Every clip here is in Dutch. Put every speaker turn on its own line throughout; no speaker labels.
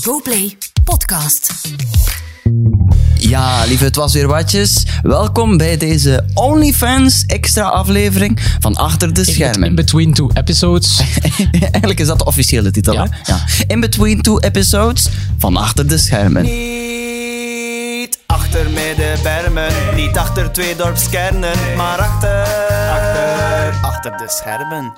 GoPlay podcast.
Ja, lieve, het was weer watjes. Welkom bij deze OnlyFans extra aflevering van Achter de
In
Schermen.
between two episodes. Eh,
Eigenlijk is dat de officiële titel,
Ja.
hè? Ja. In between two episodes van Achter de Schermen.
Niet achter mij de bermen, niet achter twee dorpskernen, maar achter, achter, achter de schermen.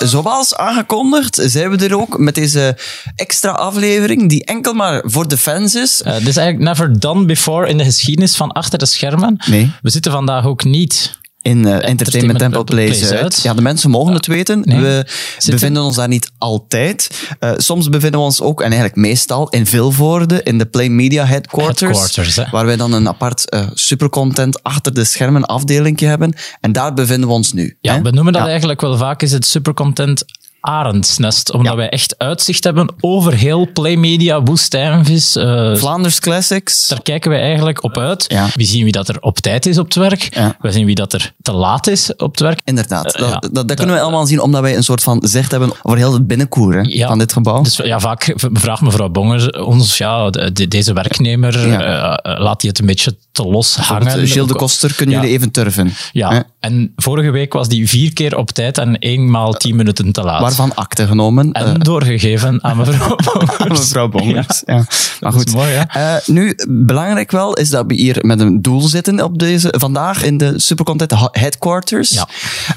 Zoals aangekondigd zijn we er ook met deze extra aflevering die enkel maar voor de fans is.
Eh, Dit is eigenlijk never done before in de geschiedenis van achter de schermen.
Nee.
We zitten vandaag ook niet.
In eh, Entertainment Temple Play Zuid. Ja, de mensen mogen het weten.
Ah, Nee.
We
Zitten-
bevinden ons daar niet altijd. Eh, soms bevinden we ons ook, en eigenlijk meestal, in Vilvoorde, in de Play Media Headquarters.
Headquarters, hè.
waar wij dan een apart eh, supercontent achter de schermen afdelingje hebben. En daar bevinden we ons nu.
Ja,
hè?
we noemen dat
Ja.
eigenlijk wel vaak is het supercontent arendsnest. Omdat
Ja.
wij echt uitzicht hebben over heel Playmedia, Woestijnvis. eh
Vlaanders Classics.
daar kijken wij eigenlijk op uit.
Ja.
We zien wie dat er op tijd is op het werk.
Ja.
We zien wie dat er te laat is op het werk.
Inderdaad,
Eh,
dat,
ja.
dat, dat kunnen we allemaal zien omdat wij een soort van zicht hebben over heel het binnenkoer hè,
Ja.
van dit gebouw.
Dus ja, vaak v- vraagt mevrouw Bonger ons, ja, de- de- deze werknemer,
Ja.
eh, eh, laat hij het een beetje te los hangen.
Bijvoorbeeld, eh, Gilles de Koster, kunnen
Ja.
jullie even turven?
Ja,
Hè?
en vorige week was die vier keer op tijd en eenmaal tien minuten te laat.
Waarvan akte genomen?
En
eh,
doorgegeven aan mevrouw Bongers.
Mevrouw Bongers. Ja. Maar goed.
is mooi, hè?
Eh, nu, belangrijk wel, is dat we hier met een doel zitten op deze, vandaag in de Supercontent ha- Headquarters.
Ja.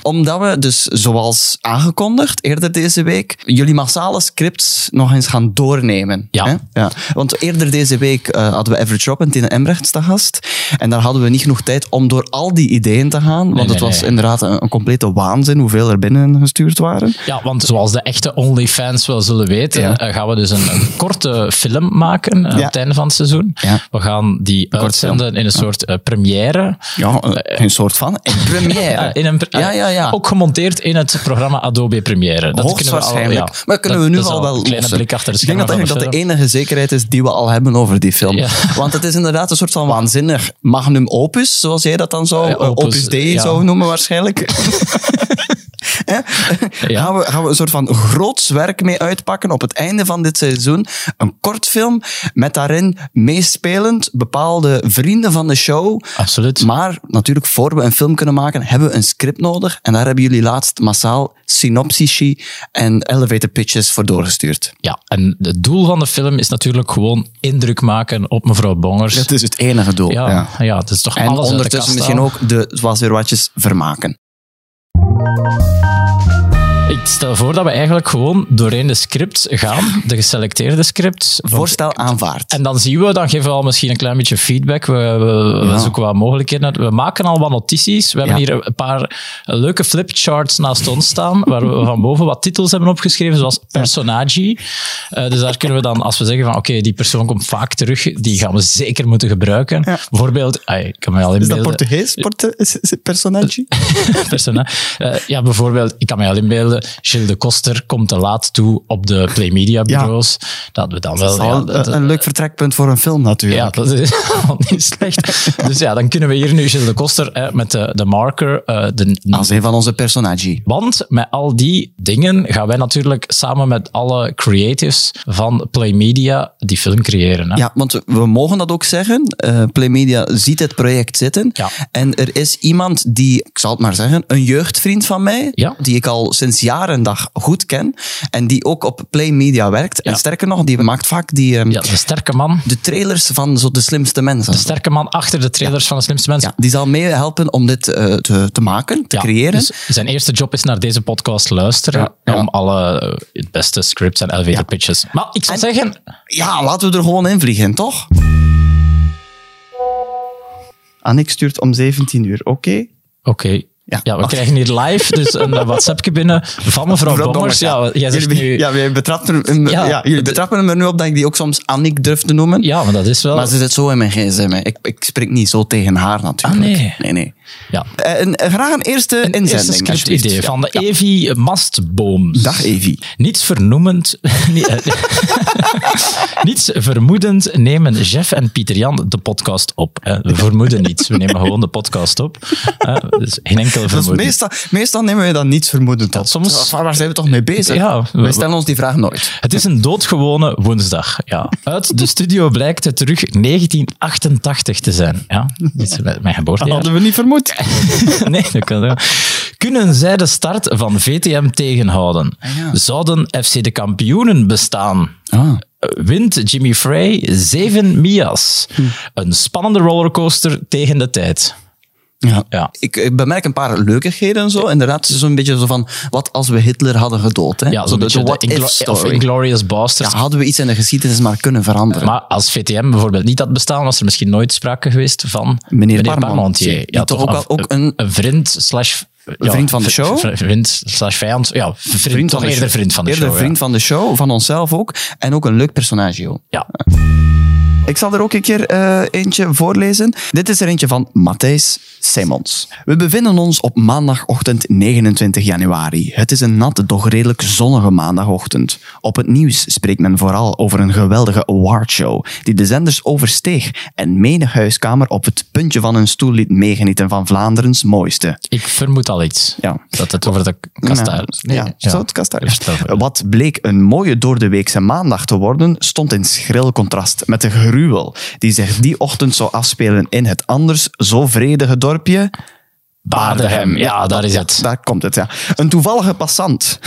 Omdat we dus, zoals aangekondigd eerder deze week, jullie massale scripts nog eens gaan doornemen.
Ja.
Hè? Ja. Want eerder deze week eh, hadden we Average Rob en Tina Embrechts te gast. En daar hadden we niet genoeg tijd om door al die ideeën te gaan. Want
Nee,
het
nee,
was
nee.
inderdaad een, een complete waanzin hoeveel er binnen gestuurd waren.
Ja, want zoals de echte OnlyFans wel zullen weten,
Ja.
eh, gaan we dus een, een korte film maken eh, aan
Ja.
het einde van het seizoen.
Ja.
We gaan die uitzenden in een soort eh, première.
Ja, eh, geen soort van. Een première.
Ja, in een, pre-
Ah, ja, ja, ja.
Ook gemonteerd in het programma Adobe Premiere. Dat kunnen we al,
Hoogstwaarschijnlijk.
ja.
maar kunnen we
Dat-
nu
dat is
al wel
een kleine
lossen.
blik achter de
Ik denk
schermen
dat dat,
van
dat
de
de enige zekerheid is die we al hebben over die film.
Ja.
Want het is inderdaad een soort van waanzinnig magnum opus, zoals jij dat dan zou,
Ja,
eh, opus,
opus,
D
ja.
zou noemen waarschijnlijk. Hè?
Ja.
Gaan, we, gaan we een soort van groots werk mee uitpakken op het einde van dit seizoen. Een kort film met daarin meespelend bepaalde vrienden van de show.
Absoluut.
Maar natuurlijk, voor we een film kunnen maken, hebben we een script nodig. En daar hebben jullie laatst massaal synopsici en elevator pitches voor doorgestuurd.
Ja, en het doel van de film is natuurlijk gewoon indruk maken op mevrouw Bongers.
is het enige doel.
ja, ja. dat is toch
En
alles uit de
ondertussen
kast
misschien
halen.
ook de, zoals weer watjes, vermaken.
Ik stel voor dat we eigenlijk gewoon doorheen de scripts gaan, de geselecteerde scripts.
Voorstel aanvaard.
En dan zien we, dan geven we al misschien een klein beetje feedback. We, we- we
Ja.
zoeken wat mogelijkheden. uit. We maken al wat notities. We hebben
Ja.
hier een paar leuke flipcharts naast ons staan, waar we van boven wat titels hebben opgeschreven, zoals personagi. Eh, dus daar kunnen we dan, als we zeggen van oké, die persoon komt vaak terug, die gaan we zeker moeten gebruiken. Bijvoorbeeld, ah, ik kan me al inbeelden.
Portugees portu- is- is het personage?
persona. Eh, ja, bijvoorbeeld, ik kan mij al inbeelden, Gilles de Koster komt te laat toe op de Playmedia bureaus. Dat we dan wel...
Dat is al
ja,
een-
dat-
een leuk vertrekpunt voor een film natuurlijk.
ja, dat is al niet slecht. Dus ja, dan kunnen we hier nu Gilles de Koster eh, met de, de marker, eh, de
Als een van onze personages.
want met al die dingen gaan wij natuurlijk samen met alle creatives van Playmedia die film creëren. Hè?
Ja, want we mogen dat ook zeggen. Eh Playmedia ziet het project zitten.
Ja.
En er is iemand die, ik zal het maar zeggen, een jeugdvriend van mij,
Ja.
die ik al sinds jaar en dag goed ken. En die ook op Playmedia werkt. En sterker nog, die maakt vaak die, ehm,
Ja, de sterke man.
de trailers van zo de slimste mensen.
De sterke man achter de trailers van de slimste mensen.
ja, die zal meehelpen om dit eh, te, te maken, te
Ja,
creëren.
dus zijn eerste job is naar deze podcast luisteren
Ja, ja.
om alle eh, het beste scripts en elevator pitches. Maar ik zou zeggen,
Ja, laten we er gewoon in vliegen, toch? Annick stuurt om 17 uur, oké?
oké.
Ja.
Ja. we krijgen hier live dus een eh, WhatsAppje binnen van mevrouw
Mevrouw
Bongers. Ja, jij zegt
jullie,
nu... Ja.
Oh, ja, wij betrappen, hem- ja.
Ja.
jullie betrappen hem er nu op dat ik die ook soms Annick durf te noemen.
maar dat is wel...
Maar ze zit zo in mijn gsm. hè. Ik, ik spreek niet zo tegen haar natuurlijk.
Ah, nee.
Nee, nee.
ja.
Eh, een- eh, graag een eerste inzending,
Eerste
alsjeblieft.
scriptidee van de
Ja.
Evie Mastboom.
Dag Evi.
Niets vernoemend... nee, eh, Niets vermoedend nemen Jeff en Pieter Jan de podcast op. Eh, We vermoeden niets, we nemen gewoon de podcast op. Eh, dus geen enkel enkel
Dat is
vermoeden.
meestal, meestal nemen we dat niet vermoeden tot.
soms-
Waar waar zijn we toch mee bezig?
Ja.
Wij stellen ons die vraag nooit.
Het is een doodgewone woensdag. Ja. Uit de studio blijkt het terug 1988 te zijn. Ja, dit is mijn- mijn geboortejaar.
we niet vermoed.
nee, dat kan wel. Kunnen zij de start van VTM tegenhouden?
Ah, ja.
Zouden FC de kampioenen bestaan? Eh,
Ah.
Wint Jimmy Frey zeven Mias?
Hm.
Een spannende rollercoaster tegen de tijd.
Ja.
Ja.
Ik, ik bemerk een paar leukigheden en zo. Inderdaad, het is zo'n beetje zo van, wat als we Hitler hadden gedood? Hè?
Ja,
zo
zo'n
de, de
beetje de Inglo- of
what-if-story.
Inglorious Bastards.
Ja, hadden we iets in de geschiedenis maar kunnen veranderen.
Maar als VTM bijvoorbeeld niet had bestaan, was er misschien nooit sprake geweest van meneer,
Parmentier.
Parmentier.
Die toch ook wel ook een-
vriend slash... ja,
vriend van de
v-
show?
v- Vriend slash vijand. Ja, vriend, toch
de
eerder
show.
vriend van de
eerder
show.
vriend van de show, van onszelf ook. En ook een leuk personage. joh.
ja. Ja.
Ik zal er ook een keer eh, eentje voorlezen. Dit is er eentje van Matthijs Simons. We bevinden ons op maandagochtend 29 januari. Het is een natte, doch redelijk zonnige maandagochtend. Op het nieuws spreekt men vooral over een geweldige awardshow die de zenders oversteeg en menig huiskamer op het puntje van hun stoel liet meegenieten van Vlaanderens mooiste.
Ik vermoed al iets.
Ja.
Dat het over de kastaar...
Ja, ja. zout kastaar.
Vertel verder.
Wat bleek een mooie doordeweekse maandag te worden, stond in schril contrast met de gruwel die zich die ochtend zou afspelen in het anders zo vredige dorpje...
Baardenhem. Ja, daar is het.
Daar komt het, ja. Een toevallige passant.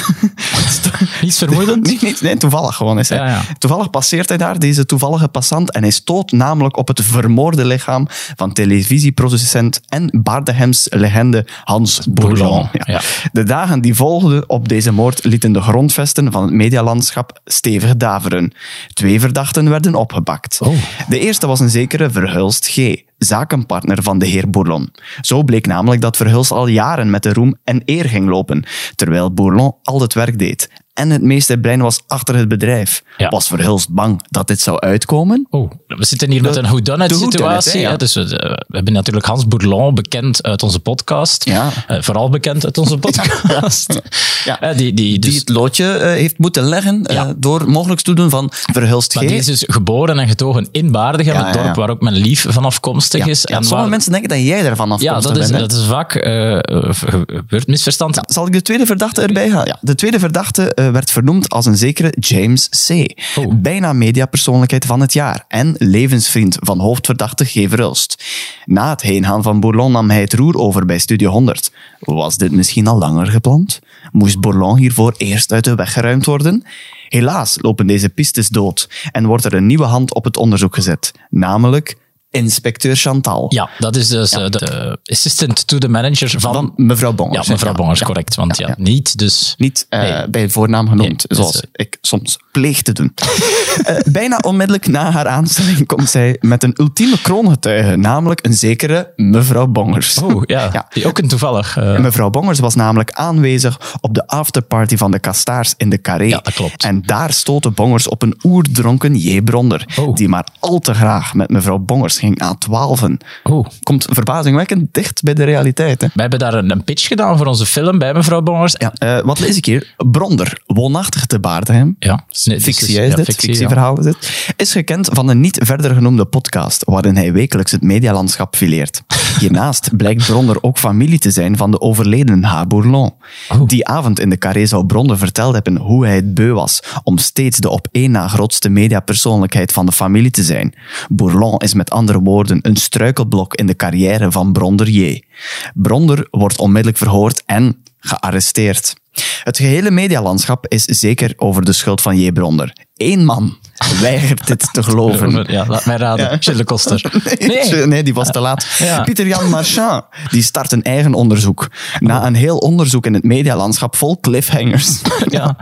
Niets vermoedend?
Nee, nee, nee, toevallig gewoon is hij.
Ja, ja.
Toevallig passeert hij daar, deze toevallige passant, en hij stoot namelijk op het vermoorde lichaam van televisieproducent en Baardehems legende Hans Bourlon.
Bourlon, ja.
De dagen die volgden op deze moord lieten de grondvesten van het medialandschap stevig daveren. Twee verdachten werden opgepakt.
Oh.
De eerste was een zekere Verhulst G., zakenpartner van de heer Bourlon. Zo bleek namelijk dat Verhulst al jaren met de roem en eer ging lopen, terwijl Bourlon al het werk deed. En het meeste brein was achter het bedrijf.
Ja.
Was Verhulst bang dat dit zou uitkomen?
Oh, we zitten hier met een whodunit
de whodunit, hè,
situatie.
ja.
hè. Dus we, eh, we hebben natuurlijk Hans Bourlon, bekend uit onze podcast.
Ja.
Eh, vooral bekend uit onze podcast.
Ja.
Eh, die, die, dus,
Die het loodje eh, heeft moeten leggen eh,
Ja.
door mogelijk toedoen van Verhulst G.
maar die is dus geboren en getogen in Baardigem,
Ja,
het
ja,
dorp
ja.
waar ook mijn lief van afkomstig
Ja,
is.
ja,
en
sommige
waar-
mensen denken dat jij daarvan
ja,
afkomstig
dat is,
bent. hè?
dat is vaak eh, eh, gebeurd misverstand.
Zal ik de tweede verdachte erbij halen? Ja. De tweede verdachte eh, werd vernoemd als een zekere James C.
Oh.
Bijna mediapersoonlijkheid van het jaar en levensvriend van hoofdverdachte G. Verhulst. Na het heengaan van Bourlon nam hij het roer over bij Studio 100. Was dit misschien al langer gepland? Moest Bourlon hiervoor eerst uit de weg geruimd worden? Helaas lopen deze pistes dood en wordt er een nieuwe hand op het onderzoek gezet. Namelijk inspecteur Chantal.
Ja, dat is dus eh, de assistant to the manager van,
Van mevrouw
ja,
Bongers.
mevrouw Bongers, correct. Want ja,
ja.
niet dus...
Niet eh,
Nee.
bij voornaam genoemd,
Nee,
zoals
dus,
ik soms pleeg te doen. Eh, bijna onmiddellijk na haar aanstelling komt zij met een ultieme kroongetuige, namelijk een zekere mevrouw Bongers.
Oh, ja,
Ja.
Die ook een toevallig... eh,
Mevrouw Bongers was namelijk aanwezig op de afterparty van de Kastaars in de Carré.
Ja, dat klopt.
En daar stootte Bongers op een oerdronken J. Bronder,
Oh.
die maar al te graag met mevrouw Bongers ging aan twaalfen.
oh,
Komt verbazingwekkend dicht bij de realiteit, hè?
We hebben daar een, een pitch gedaan voor onze film bij mevrouw Bongers.
Ja, eh, wat lees ik hier? Bronder, woonachtig te Baardheim.
Ja. Nee, dit is- dus-
fictie hè, is
ja,
dit,
fictie,
fictieverhaal is dit. Is gekend van een niet verder genoemde podcast, waarin hij wekelijks het medialandschap fileert. Hiernaast blijkt Bronder ook familie te zijn van de overleden H. Bourlon.
Oh.
Die avond in de carré zou Bronder verteld hebben hoe hij het beu was om steeds de op één na grootste mediapersoonlijkheid van de familie te zijn. Bourlon is met andere woorden een struikelblok in de carrière van Bronder J. Bronder wordt onmiddellijk verhoord en gearresteerd. Het gehele medialandschap is zeker over de schuld van J. Bronder. Eén man weigert dit te geloven.
Ja, laat mij raden. Ja. Chille Koster.
Nee. die was te laat.
Ja.
Pieter-Jan Marchand, die start een eigen onderzoek. Na een heel onderzoek in het medialandschap vol cliffhangers.
Ja.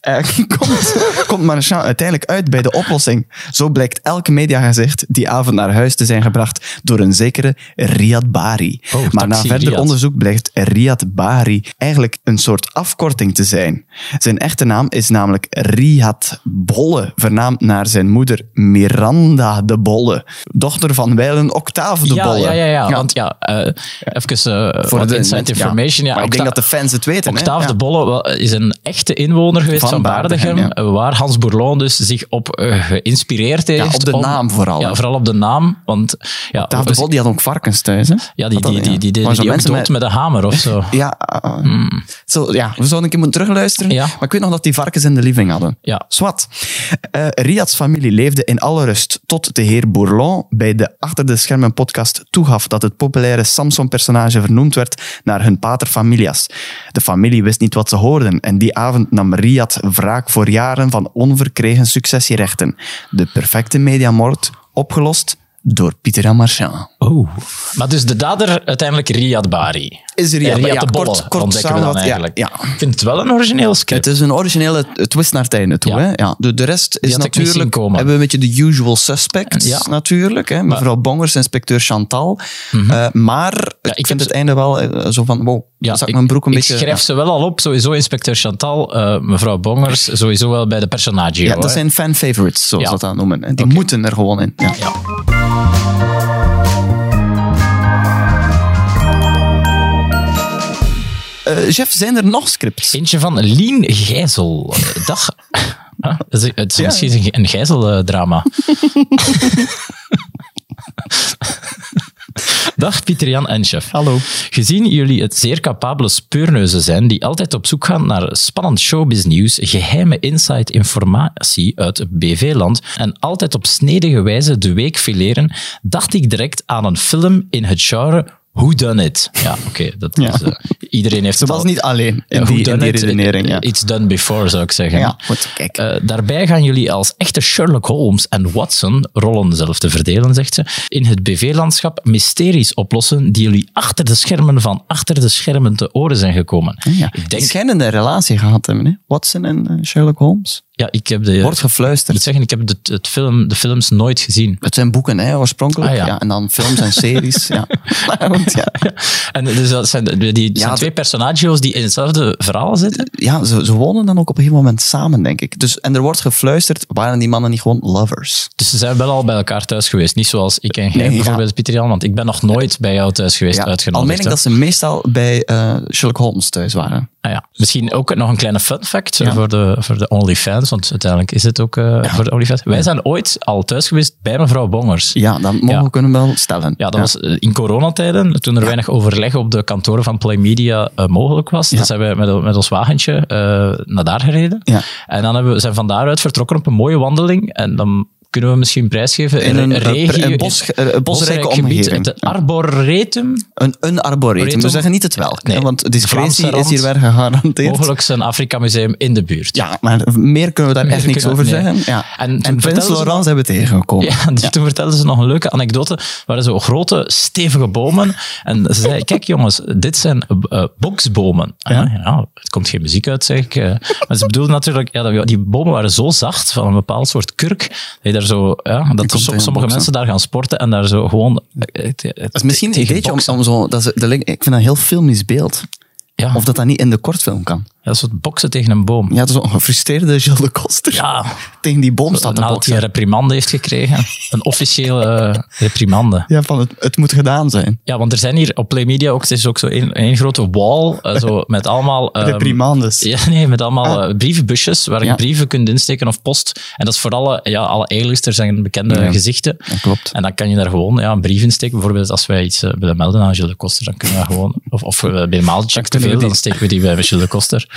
Eh, komt, komt Marchand uiteindelijk uit bij de oplossing. Zo blijkt elk mediagezicht die avond naar huis te zijn gebracht door een zekere Riyad Bari.
Oh,
maar na
taxi
verder
Riyad.
onderzoek blijkt Riyad Bari eigenlijk een soort afkorting te zijn. Zijn echte naam is namelijk Riyad Bolle, vernaamd naar zijn moeder Miranda de Bolle, dochter van Wijlen Octave de
ja,
Bolle.
ja, ja, ja, want ja, eh, even eh,
Voor
wat
de
inside
ja.
information. Ja,
Maar ik denk
Octa-
dat de fans het weten. hè?
Octave
Ja.
de Bolle wa- is een echte inwoner geweest
Van
van, van Baardegem,
Baardegem,
waar Hans Bourlon dus zich op eh, geïnspireerd heeft.
op de
om-
naam vooral, hè.
Ja, vooral op de naam. Want ja,
Daaf de
dus-
Bot, die had ook varkens thuis, hè?
ja die,
Had dat,
die, die, die, die,
Maar zo
die ook
mensen
dood met een hamer of zo.
Ja, eh, zo, ja, we zouden een keer moeten terugluisteren.
Hmm. Ja.
Maar ik weet nog dat die varkens in de living hadden.
Ja.
Zwat. Eh, Riads familie leefde in alle rust tot de heer Bourlon bij de Achter de Schermen podcast toegaf dat het populaire Samson-personage vernoemd werd naar hun paterfamilias. De familie wist niet wat ze hoorden en die avond nam Riad wraak voor jaren van onverkregen successierechten. De perfecte mediamoord, opgelost door Pieter en Marchand.
Oh. Maar dus de dader uiteindelijk Riyad Bari.
Is er
En
Riad,
Riyad
ja,
de Bolle,
kort, kort
ontdekken we dan
samenvat, ja,
eigenlijk.
ja.
Ik vind het wel een origineel script.
Het is een originele twist naar het einde toe.
Ja.
Hè? Ja, de, de rest is
had ik niet zien
natuurlijk...
komen.
Hebben we een beetje de usual suspects
Ja.
natuurlijk. Hè? Mevrouw Bongers, inspecteur Chantal. Eh, maar ik
Mhm. ik
vind
heb
het einde wel eh, zo van... Wow, zak mijn broek een beetje...
Ik schrijf ze wel al op, sowieso inspecteur Chantal, eh, mevrouw Bongers, sowieso wel bij de personage.
ja, dat zijn fan favorites, zoals
Ja.
dat dan noemen. hè. Die moeten er gewoon in. Ja.
Ja.
Eh, Jeff, zijn er nog scripts?
Eentje van Lien Gijzel. Eh, Dag. Huh? Dat is- Het is misschien een ge- een gijzeldrama. Dag Pieter Jan en chef.
Hallo.
Gezien jullie het zeer capabele speurneuzen zijn die altijd op zoek gaan naar spannend showbiznieuws, geheime insight informatie uit BV-land en altijd op snedige wijze de week fileren, dacht ik direct aan een film in het genre Who Done It. Ja, oké. dat is, eh, iedereen heeft
Ze
het
was
al-
niet alleen in
ja, who
die, in
done
die
it?
redenering. Ja.
It's done before, zou ik zeggen.
Ja, goed, kijk.
Eh, daarbij gaan jullie als echte Sherlock Holmes en Watson, rollen zelf te verdelen, zegt ze, in het BV-landschap mysteries oplossen die jullie achter de schermen van achter de schermen te oren zijn gekomen.
Ah, Ja.
Ik
Die
denk...
schijnen een relatie gehad te hebben. Hè? Watson en eh, Sherlock Holmes.
Ja, ik heb de...
Wordt
ik moet
gefluisterd.
zeggen, ik heb de, het film, de films nooit gezien.
Het zijn boeken, hè, oorspronkelijk.
Ah, ja.
ja. en dan films en series. ja. Maar goed, ja.
En dus dat zijn, die, die zijn
de-
twee personages die in hetzelfde verhaal zitten.
ja, ze, ze wonen dan ook op een gegeven moment samen, denk ik. Dus, en er wordt gefluisterd, waren die mannen niet gewoon lovers?
Dus ze zijn wel al bij elkaar thuis geweest. Niet zoals ik en jij
Nee, ja.
bijvoorbeeld, Pieter Jan, want ik ben nog nooit bij jou thuis geweest
al
uitgenodigd.
meen ik
hè.
dat ze meestal bij eh, Sherlock Holmes thuis waren.
Ah ja. Misschien ook nog een kleine fun fact eh, voor, de, voor de OnlyFans, want uiteindelijk is het ook eh, voor de OnlyFans. Wij zijn ooit al thuis geweest bij mevrouw Bongers.
Ja, dat mogen
Ja.
we kunnen wel stellen.
Ja, dat was eh, in coronatijden, toen er weinig overleg op de kantoren van Play Media eh, mogelijk was. Dan zijn we met, met ons wagentje eh, naar daar gereden.
Ja.
En dan hebben we, zijn van daaruit vertrokken op een mooie wandeling. En dan kunnen we misschien prijsgeven
In een, eh, pre-
regio,
een bos- eh, een bosrijke omgeving.
Het Arboretum.
Een, een arboretum, we zeggen niet het wel.
Nee.
hè, want
Vlaamse
discretie
rand.
is hier weer gegarandeerd.
Mogelijk zijn Afrika Museum in de buurt.
Ja, maar meer kunnen we daar
Meer
echt niks
kunnen-
over
nee.
zeggen. Ja.
En toen
En, Prins
vertelden ze-
Laurence hebben we tegengekomen.
Ja, dus toen vertelden ze nog een leuke anekdote. Waren zo grote, stevige bomen. En ze zei: Kijk jongens, dit zijn eh, boksbomen. Ah, Ja. het komt geen muziek uit, zeg ik. eh. Maar ze bedoelden natuurlijk, ja, dat- die bomen waren zo zacht van een bepaald soort kurk. Dat, je daar zo, ja, dat er
tegen
soms- sommige
boksen.
mensen daar gaan sporten en daar zo gewoon. eh,
Dat is misschien een ideetje om, om zo... Dat is, dat lijkt- ik vind dat een heel filmisch beeld.
Ja,
Of dat dat niet in de kortfilm kan.
dat is wat boksen tegen een boom.
Ja, het is een gefrustreerde Gilles de Koster.
Ja. Nou,
Tegen die boom staat te
Nadat hij
boksen.
een reprimande heeft gekregen. Een officiële eh, reprimande.
Ja, van het, het moet gedaan zijn.
Ja, want er zijn hier op Play Media ook, het is ook zo één één grote wall, eh, zo met allemaal... ehm,
Reprimandes.
Ja, nee, met allemaal eh, brievenbusjes waar je
Ah. Ja.
brieven kunt insteken of post. En dat is voor alle, ja, alle A-listers en bekende
Ja,
gezichten.
dat klopt.
En dan kan je daar gewoon ja, een brief insteken. Bijvoorbeeld als wij iets eh, willen melden aan Jules de Koster, dan kunnen we dat gewoon... Of, of eh, bij Maaltjak te
kunnen we
veel,
die-
dan steken we die bij Jules de Koster.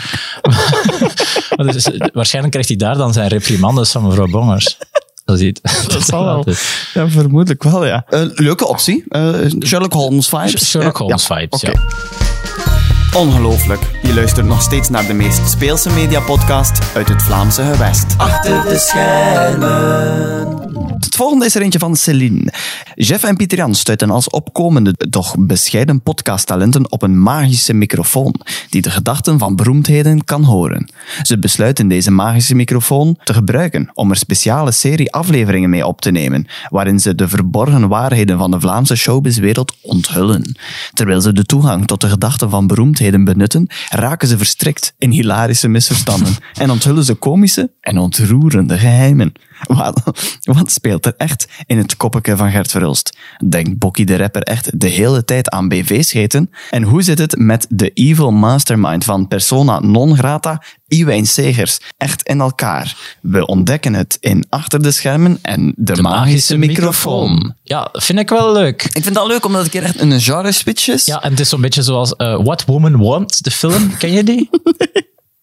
maar dus, eh, waarschijnlijk krijgt hij daar dan zijn reprimandes van mevrouw Bongers. Dat is iets. Dat
zal wel. Ja, vermoedelijk wel, ja. Een leuke optie. Eh, Sherlock Holmes vibes.
Sherlock
Ja,
Holmes
ja.
vibes,
Oké.
ja.
Ongelooflijk, je luistert nog steeds naar de meest speelse mediapodcast uit het Vlaamse gewest. Achter de schermen.
Het volgende is er eentje van Celine. Jeff en Pieter Jan stuiten als opkomende, toch bescheiden podcasttalenten op een magische microfoon die de gedachten van beroemdheden kan horen. Ze besluiten deze magische microfoon te gebruiken om er speciale serie afleveringen mee op te nemen, waarin ze de verborgen waarheden van de Vlaamse showbizwereld onthullen. Terwijl ze de toegang tot de gedachten van beroemdheden benutten, raken ze verstrikt in hilarische misverstanden en onthullen ze komische en ontroerende geheimen. Wat, wat speelt er echt in het koppeke van Gert Verhulst? Denkt Bokkie de rapper echt de hele tijd aan BV-scheten? En hoe zit het met de evil mastermind van persona non grata, Iwijn Segers? Echt in elkaar. We ontdekken het in Achter de Schermen en De, magische, microfoon.
Ja, vind ik wel leuk.
Ik vind dat leuk, omdat het een keer echt een genre-switch is.
Ja, en het is zo'n beetje zoals eh, What Woman Want, de film. Ken je die?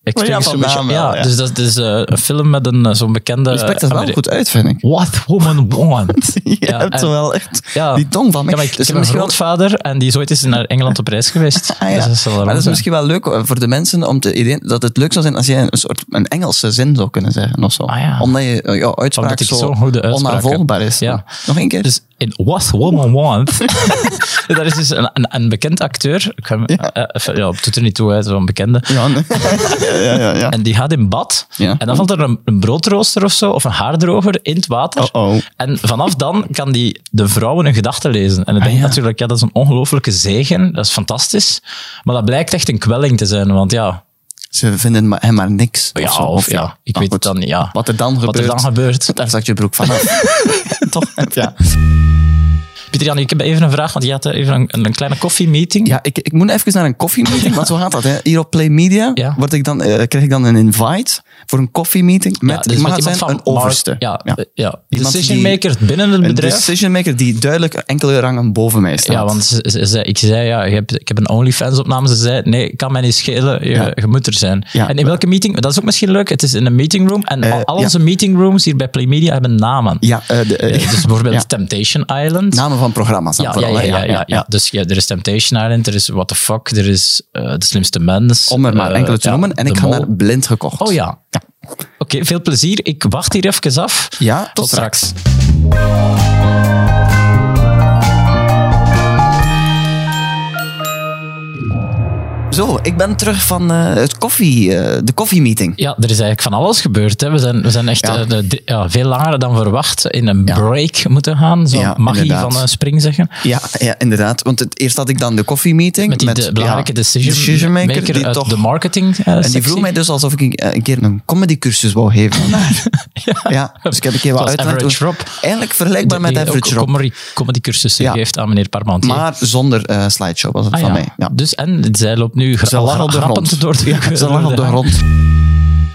Ik
Maar ja,
spreek zo'n
van
beetje-
naam wel,
ja,
ja.
dus dat is eh, een film met een eh, zo'n bekende...
Je spreekt dat wel
Ameri-
goed uit, vind ik.
What Woman Want.
Je
Ja,
hebt
en-
zo wel echt
ja.
die tong van me.
Ja, maar ik, ik
Dus
heb een
misschien wel-
grootvader en die is ooit eens naar Engeland op reis geweest.
Ah, ja.
Dus dat zal wel
maar dat is
zijn.
misschien wel leuk eh, voor de mensen om te idee dat het leuk zou zijn als jij een soort een Engelse zin zou kunnen zeggen of zo.
Ah, ja.
Omdat je eh, jouw uitspraak
Omdat ik
zo
zo'n goede uitspraak heb.
onaanvolgbaar is.
Ja.
Nog één keer.
Dus in What Woman Want. daar is dus een, een, een bekend acteur. Ik ga hem,
Ja.
eh, even- ja, het doet er niet toe, hè, het is wel een bekende.
ja, nee. ja, ja, ja.
En die gaat in bad.
Ja.
En dan valt er een, een broodrooster of zo, of een haardroger in het water.
Uh-oh.
En vanaf dan kan die de vrouwen hun gedachten lezen. En dan denk je
Ah, ja.
natuurlijk, ja, dat is een ongelofelijke zegen. Dat is fantastisch. Maar dat blijkt echt een kwelling te zijn. Want ja,
Ze vinden ma- hem maar niks.
ja,
of zo,
of,
of
ja. ik
Maar
weet het
goed,
dan niet. Ja.
Wat er dan gebeurt.
Wat er dan gebeurt.
Daar zakt je broek van af. Toch? Ja.
Pieter Jan, ik heb even een vraag, want je had eh, even een, een kleine koffiemeeting.
Ja, ik, ik moet even naar een koffiemeeting, want zo gaat dat. Hè. Hier op Play Media
Ja.
word ik dan, eh, krijg ik dan een invite voor een koffiemeeting met,
dus
ik mag
met
het
iemand
zijn,
van
een
Mark-
overste.
Ja,
Ja.
eh, ja.
Iemand
decision
die-
maker binnen het
Een
bedrijf.
decision maker die duidelijk enkele rangen boven mij staat.
Ja, want ze, ze- ze- ik zei, ja, ik heb, ik heb een OnlyFans-opname. Ze zei, nee, kan mij niet schelen, je,
Ja.
je moet er zijn.
Ja.
En in welke meeting? Dat is ook misschien leuk. Het is in een meetingroom. En
Eh,
al, al
ja.
onze meetingrooms hier bij Playmedia hebben namen.
Ja, eh, de, eh,
Eh, Dus bijvoorbeeld
Ja.
Temptation Island.
namen van programma's. dan
ja, ja,
vooral,
ja,
hè.
ja, ja, ja. Dus ja, er is Temptation Island, er is What the Fuck, er is eh, De Slimste Mens.
Om er maar
eh,
enkele te
ja,
noemen. En
De
ik ga
Mol.
naar blind gekocht.
Oh ja. Oké, veel plezier. Ik wacht hier even af.
Ja, tot
straks.
Zo, ik ben terug van eh, het koffie, eh, de koffiemeeting.
Ja, er is eigenlijk van alles gebeurd. Hè. We, zijn, we zijn echt
Ja.
eh, de- de- ja, veel langer dan verwacht in een break moeten gaan. Zo
Ja,
magie
inderdaad.
van eh, spring zeggen.
Ja, ja, inderdaad. Want het, eerst had ik dan de koffiemeeting
Met die de,
ja,
belangrijke decision,
decision
maker,
maker die
uit
toch-
de marketing eh,
En die vroeg
sectie.
mij dus alsof ik eh, een keer een comedycursus wou geven. ja. dus ik heb een keer wat
Zoals
uitgelegd.
Average
hoe-
Rob.
Eigenlijk vergelijkbaar met
Die ook
Average Rob.
comedy- comedycursussen
Ja.
geeft aan meneer Parmentier.
Maar zonder eh, slideshow was het
Ah,
van
ja.
mij. Ja.
Dus, en zij loopt nu
Ze lag op de grond.
grappend door de,
Ja, ze lag
door
op de
hang.
grond.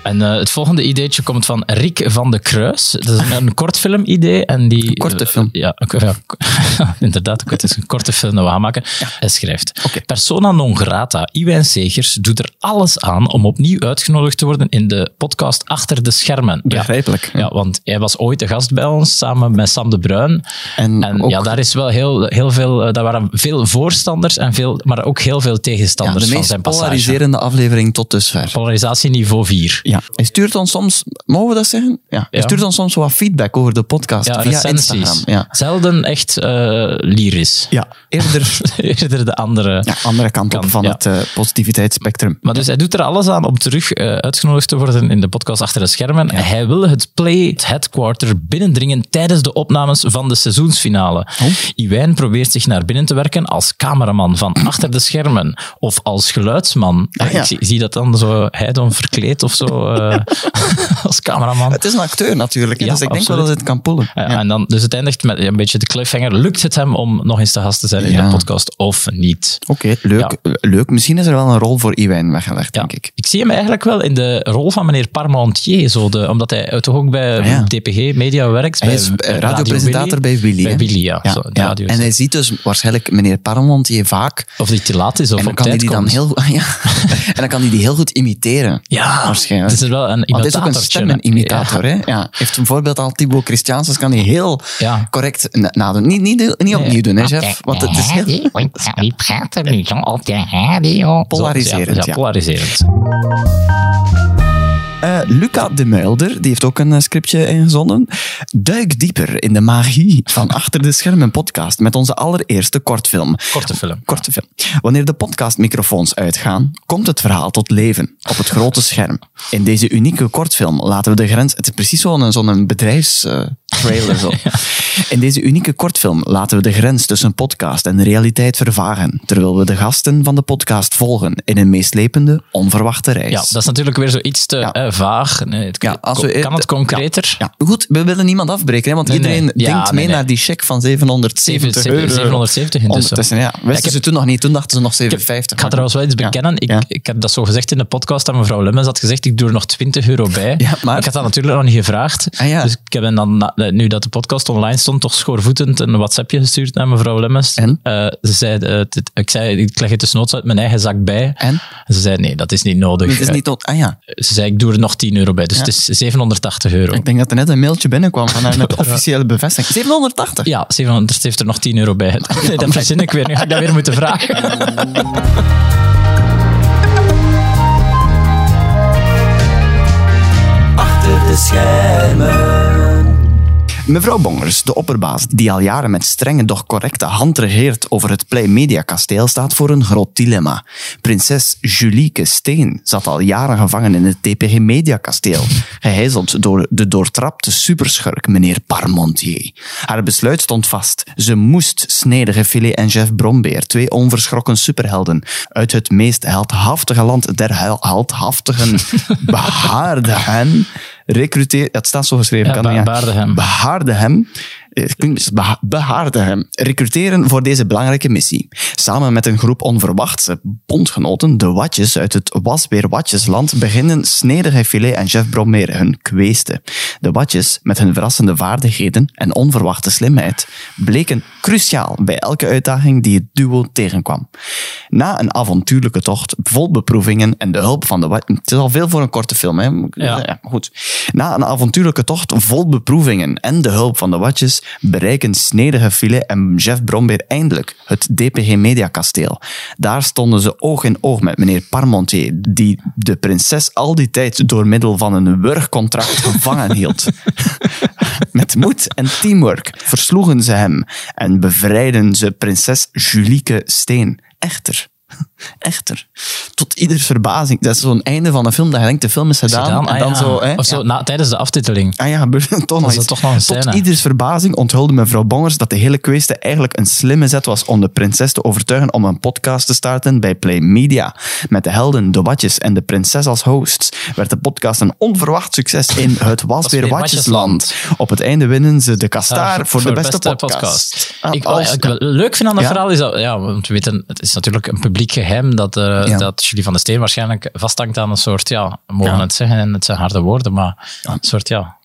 En eh, het volgende ideetje komt van Rick van de Kruis. Dat is een, een kortfilm idee. En die,
korte film.
Ja, ik- ja, inderdaad. Het is een korte film dat we aanmaken. Hij schrijft. Persona non grata, Iwijn Segers, doet er alles aan om opnieuw uitgenodigd te worden in de podcast Achter de Schermen. Ja.
Begrijpelijk.
Ja, want jij was ooit de gast bij ons, samen met Sam de Bruin.
En ook-
ja, daar is wel heel, heel veel... eh, Daar waren veel voorstanders, en veel, maar ook heel veel
Ja,
tegenstanders
de
van
meest
zijn passage.
polariserende aflevering tot dusver.
Polarisatie niveau 4.
Ja. Hij stuurt ons soms, mogen we dat zeggen? Ja. Hij
Ja.
stuurt ons soms wat feedback over de podcast
Ja,
via
recensies.
Instagram. Ja.
Zelden echt eh lyrisch.
ja, eerder
Eerder de andere.
ja, andere kant op
Kant,
van
ja.
het eh, positiviteitsspectrum.
Maar dus hij doet er alles aan om terug eh, uitgenodigd te worden in de podcast achter de schermen. Hij wil het Play het Headquarter binnendringen tijdens de opnames van de seizoensfinale.
Oh.
Iwijn probeert zich naar binnen te werken als cameraman van achter de schermen of als geluidsman.
Ah, ja.
Ik zie, zie dat dan zo, hij dan verkleed of zo eh, als cameraman.
Het is een acteur natuurlijk, hè,
Ja,
dus ik denk wel dat
absoluut.
het kan poelen.
Ja, En dan, dus het eindigt met een beetje de cliffhanger. Lukt het hem om nog eens te gast te zijn in
Ja.
de podcast of niet?
Oké, leuk, Eh, leuk. Misschien is er wel een rol voor Iwijn weggelegd, denk ik.
Ik zie hem eigenlijk wel in de rol van meneer Parmentier, zo de, omdat hij eh, toch ook bij
Ah, ja.
DPG Media werkt.
Hij
bij
is eh,
Radio
radiopresentator bij Willy.
Bij
hè?
Willy, ja.
Ja,
zo, de
ja.
radio-
En hij ziet dus waarschijnlijk meneer Paramount hier vaak.
of die te laat is of
En dan
op
kan hij
tijd
die dan
komt.
heel, ja. en dan kan hij die heel goed imiteren.
Ja,
waarschijnlijk.
Het is wel een
Want het is ook een
imitatortje, hè.
stemmenimitator. Hè? Ja. Heeft een voorbeeld al Thibaut Christiaans, dus kan hij heel
Ja.
correct na- nadoen. Niet, niet, niet opnieuw doen, hè, chef? Want het is heel...
radio, want wie praat er nu zo op de radio?
Zo,
Polariserend,
Ja,
ja.
polariserend.
Eh, Luca de Muilder, die heeft ook een eh, scriptje ingezonden. Duik dieper in de magie van Achter de Schermen podcast met onze allereerste kortfilm.
Korte film.
Korte film. Wanneer de podcastmicrofoons uitgaan, komt het verhaal tot leven op het grote scherm. In deze unieke kortfilm laten we de grens. Het is precies zo'n zo'n bedrijfsfilm trailers op. In deze unieke kortfilm laten we de grens tussen podcast en realiteit vervagen, terwijl we de gasten van de podcast volgen in een meeslepende, onverwachte reis.
Ja, dat is natuurlijk weer zoiets te
Ja.
eh, vaag. Nee, het-
Ja, als we-
kan het concreter?
Ja, goed, we willen niemand afbreken, hè, want
Nee,
iedereen
nee. Ja,
denkt
nee,
mee
nee.
naar die cheque van 770
Zeven-
euro.
770 intussen.
Ondertussen, ja. Wisten
eh. ik heb-
ze toen nog niet, toen dachten ze nog
Ik
750.
ga trouwens wel iets
Ja,
bekennen. Ik,
ja.
ik heb dat zo gezegd in de podcast dat mevrouw Lemmens had gezegd, ik doe er nog 20 euro bij.
Ja, maar-
Ik had dat natuurlijk nog niet gevraagd.
Ah, ja.
Dus ik heb hen dan, na- nu dat de podcast online stond, toch schoorvoetend een WhatsAppje gestuurd naar mevrouw Lemmens.
En?
Eh, ze zei, eh, dit- ik zei, ik leg het dus noods uit mijn eigen zak bij.
En?
Ze zei, nee, dat is niet nodig.
Het is niet tot... Ah ja,
Eh, Ze zei, ik doe er nog 10 euro bij. Dus het is 780 euro.
ik denk dat er net een mailtje binnenkwam van haar met officiële bevestiging. 780?
Ja, 700 heeft er nog 10 euro bij. Nee, dat verzin ik weer. Nu ga ik dat weer moeten vragen.
Achter de schermen.
Mevrouw Bongers, de opperbaas, die al jaren met strenge, doch correcte hand regeert over het Play Media kasteel, staat voor een groot dilemma. Prinses Julieke Steen zat al jaren gevangen in het TPG Media kasteel, gehijzeld door de doortrapte superschurk meneer Parmontier. Haar besluit stond vast. Ze moest snedige Filet en Jeff Brombeer, twee onverschrokken superhelden, uit het meest heldhaftige land der hel- heldhaftigen behaarde hen, recruteer... Het staat zo geschreven.
Ja,
kan
Ba-
niet, hè?
Baardehem.
behaarde hem. eh, het klinkt mis- beha- Behaarde hem. Recruteren voor deze belangrijke missie. Samen met een groep onverwachte bondgenoten, de Watjes uit het Was weer Watjesland, beginnen Snedige Filet en Jeff Brommer hun kweesten. De Watjes, met hun verrassende vaardigheden en onverwachte slimheid, bleken cruciaal bij elke uitdaging die het duo tegenkwam. Na een avontuurlijke tocht, vol beproevingen en de hulp van de Watjes... Het is al veel voor een korte film, hè? moet ik
Ja.
zeggen. Ja, goed. Na een avontuurlijke tocht vol beproevingen en de hulp van de watjes bereiken Snedige Filet en Jeff Brombeer eindelijk het DPG Media Kasteel. Daar stonden ze oog in oog met meneer Parmontier, die de prinses al die tijd door middel van een wurgcontract gevangen hield. Met moed en teamwork versloegen ze hem en bevrijden ze prinses Julieke Steen. Echter. Echter. Tot ieders verbazing. Dat is zo'n einde van een film dat je denkt, de film is gedaan.
Gedaan, ah
en dan
ja.
zo, hè,
Of zo, na, tijdens de aftiteling.
Ah ja, gebeurde toch nog
is
iets.
toch nog een
Tot
scène.
ieders verbazing onthulde mevrouw Bongers dat de hele kwestie eigenlijk een slimme zet was om de prinses te overtuigen om een podcast te starten bij Play Media. Met de helden, de watjes en de prinses als hosts werd de podcast een onverwacht succes in het Was
weer
weer Watjesland. Op het einde winnen ze de kastaar
Ah,
voor, de beste, podcast. Ah,
Ik,
als-
wat ik wel leuk vind aan dat
Ja.
verhaal is dat, ja, want we weten, het is natuurlijk een publiek geheim dat, eh, dat Julie van der Steen waarschijnlijk vasthangt aan een soort, ja, we mogen
Ja.
het zeggen en het zijn harde woorden, maar een soort, ja.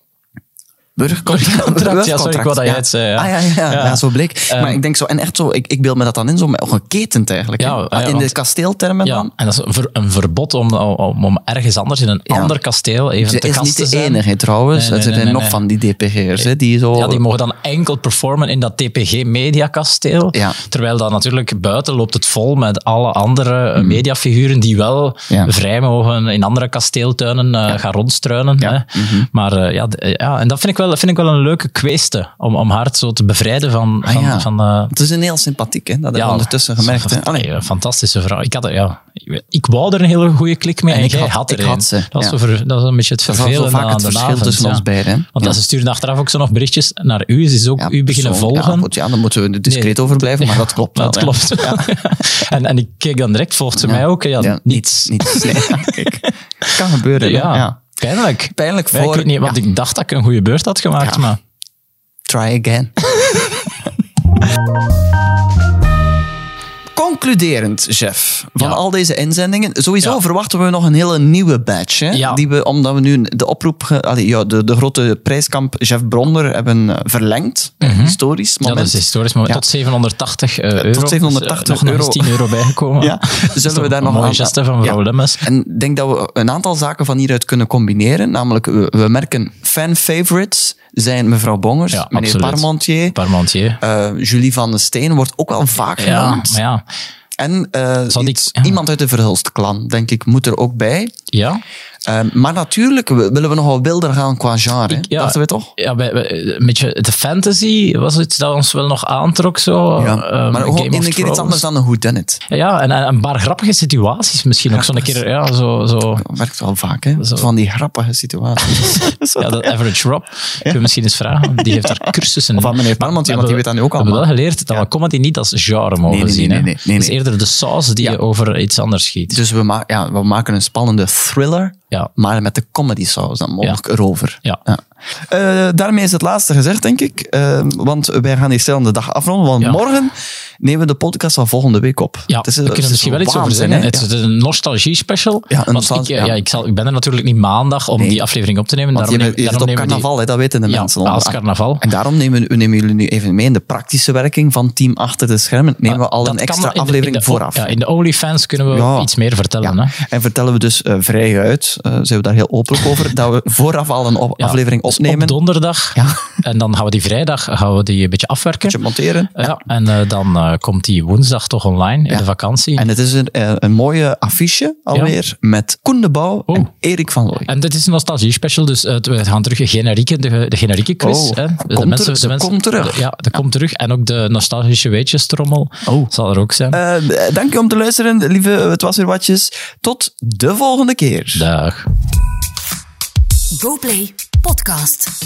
Burgercontract.
Burgercontract, ja, sorry, ik wou dat jij het zei, ja.
Ah, ja, ja, ja.
Ja. Ehm.
Ja, zo bleek. maar ik denk zo, en echt zo, ik, ik beeld me dat dan in, zo met- geketend eigenlijk.
Ja,
hè.
ah, ja,
in de
want-
kasteeltermen
Ja,
dan.
en dat is een, ver- een verbod om, om, om ergens anders in een
Ja.
ander kasteel even
Ze
te
is
gast
niet
te
de
zijn.
enige trouwens.
Nee, nee,
er zijn
nee, nee,
nog
nee.
van die DPG'ers hè, die zo...
Ja, die mogen dan enkel performen in dat TPG Mediakasteel.
Ja.
Terwijl dan natuurlijk buiten loopt het vol met alle andere eh, mediafiguren die wel
Mm. Ja.
vrij mogen in andere kasteeltuinen eh, gaan rondstruinen.
Ja, Mhm.
Hè. Maar eh, ja, d- eh, ja, en dat vind ik wel, vind ik wel een leuke kweste om, om haar zo te bevrijden van...
Ah,
van,
ja.
van eh,
Het is een heel sympathiek, hè? dat hebben
ja,
we ondertussen gemerkt. Hè?
een
Allee,
fant- fantastische vrouw. Ik, had, er- ja, ik- ik wou er een hele goede klik mee en,
ik
jij
had-
had er
ik
een.
had ze,
Dat, is
ja.
zo ver- dat is een beetje het
is wel zo
vervelende
vaak het
aan de
verschil
avond,
tussen
ja.
ons beiden, hè.
Want
Ja.
ze sturen achteraf ook zo nog berichtjes naar u. Ze is ook
ja,
u beginnen
persoon-
volgen.
Ja, goed, ja, dan moeten we er discreet
Nee,
over blijven, maar dat klopt wel.
Dat
hè.
klopt. en, en ik keek dan direct, volgt ze mij ook? Ja,
Ja,
niets.
Niets, nee. Ja, kijk. Kan gebeuren, hè.
Ja,
ja.
pijnlijk.
Pijnlijk
Ja,
voor-
ik weet niet, want ik dacht dat ik een goede beurt had gemaakt,
Ja.
maar...
Try again. Concluderend, Jeff, van
Ja.
al deze inzendingen, sowieso
Ja.
verwachten we nog een hele nieuwe batch. Hè?
Ja.
Die we, omdat we nu de oproep, ge- allee, ja, de, de grote prijskamp Jeff Bronder hebben eh, verlengd. Historisch
Mhm. Ja,
moment.
dat is historisch, maar
Ja.
tot 780 eh, euro.
tot 780
Dus, eh, nog
euro.
nog eens 10 euro bijgekomen.
Ja, zullen we daar nog
een mooie
aan-
geste van mevrouw
Ja.
Lemmens.
En ik denk dat we een aantal zaken van hieruit kunnen combineren. Namelijk, we, we merken fan-favorites zijn mevrouw Bongers,
Ja,
meneer
absoluut.
Parmentier,
Parmentier.
eh, Julie van den Steen wordt ook wel vaak
Ja,
genoemd.
maar ja.
En eh,
Zal die-
iets-
ja.
iemand uit de Verhulst-klan, denk ik, moet er ook bij.
Ja,
Ehm, maar natuurlijk w- willen we nogal wilder gaan qua genre. hè? Dachten we toch?
Ja, bij, bij- een beetje de fantasy was iets dat ons wel nog aantrok. Zo.
Ja.
Ehm,
maar
Game
gewoon
of
in een keer iets
Thrones.
anders dan een whodunit.
Ja, en, en een paar grappige situaties misschien ook. Zo'n keer, ja, zo, zo,
Dat werkt wel vaak, hè?
Zo.
Van die grappige situaties.
ja, dat average Rob. Kun je misschien eens vragen. Die heeft daar cursussen.
Of aan meneer Parmentier,
Hebben
want die
we-
weet dat nu ook
We
allemaal.
hebben wel geleerd dat we comedy niet als genre mogen
Nee, nee,
zien.
nee,
hè.
nee, nee, nee,
Het is
nee.
eerder de saus die
Ja.
je over iets anders schiet.
dus we, ma ja, we maken een spannende thriller,
Ja.
maar met de comedy saus dan mogelijk
Ja.
erover.
Ja.
Eh, daarmee is het laatste gezegd, denk ik. Eh, want wij gaan hier stil aan de dag afronden. Want
Ja.
morgen nemen we de podcast van volgende week op.
Ja,
Het is-
we
het
kunnen er
is
misschien wel iets over
waanzin,
zeggen.
hè?
Het
Ja.
is een nostalgie-special.
Ja, een
want
nostalgie-
ik, eh,
ja.
ja, ik, zal, ik ben er natuurlijk niet maandag om
Nee.
die aflevering op te nemen.
Want je
Daarom
bent-
neem-
je zit
daarom
op
nemen we die-
carnaval, hè, dat weten de
Ja,
mensen.
als
onder-
carnaval.
En daarom nemen, we- nemen jullie nu even mee in de praktische werking van Team Achter de Schermen. Nemen we al
Dat
een
kan
extra
in de- in de-
aflevering vooraf.
Ja, in de OnlyFans kunnen we
Ja.
iets meer vertellen.
Ja.
Hè?
En vertellen we dus eh, vrij uit, eh, zijn we daar heel open over, dat we vooraf al een op-
Ja,
aflevering
dus
opnemen,
op donderdag.
Ja.
En dan gaan we die vrijdag gaan we die een beetje afwerken.
te monteren.
Ja, en eh, dan eh, komt die woensdag toch online in
Ja.
de vakantie.
En
En,
het is een, eh, een mooie affiche alweer met Koen de Bouw
Oh.
en Erik van Looy.
dit is een nostalgie special, dus eh, we gaan terug de generieke, de, de generieke quiz.
Oh,
hè.
komt terug, ze komt terug.
Ja, dat komt terug. En ook de nostalgische weetjestrommel
Oh.
zal er ook zijn.
Eh, dank je om te luisteren, lieve eh, Het Was Weer Watjes. Tot de volgende keer.
Dag.
GoPlay Podcast.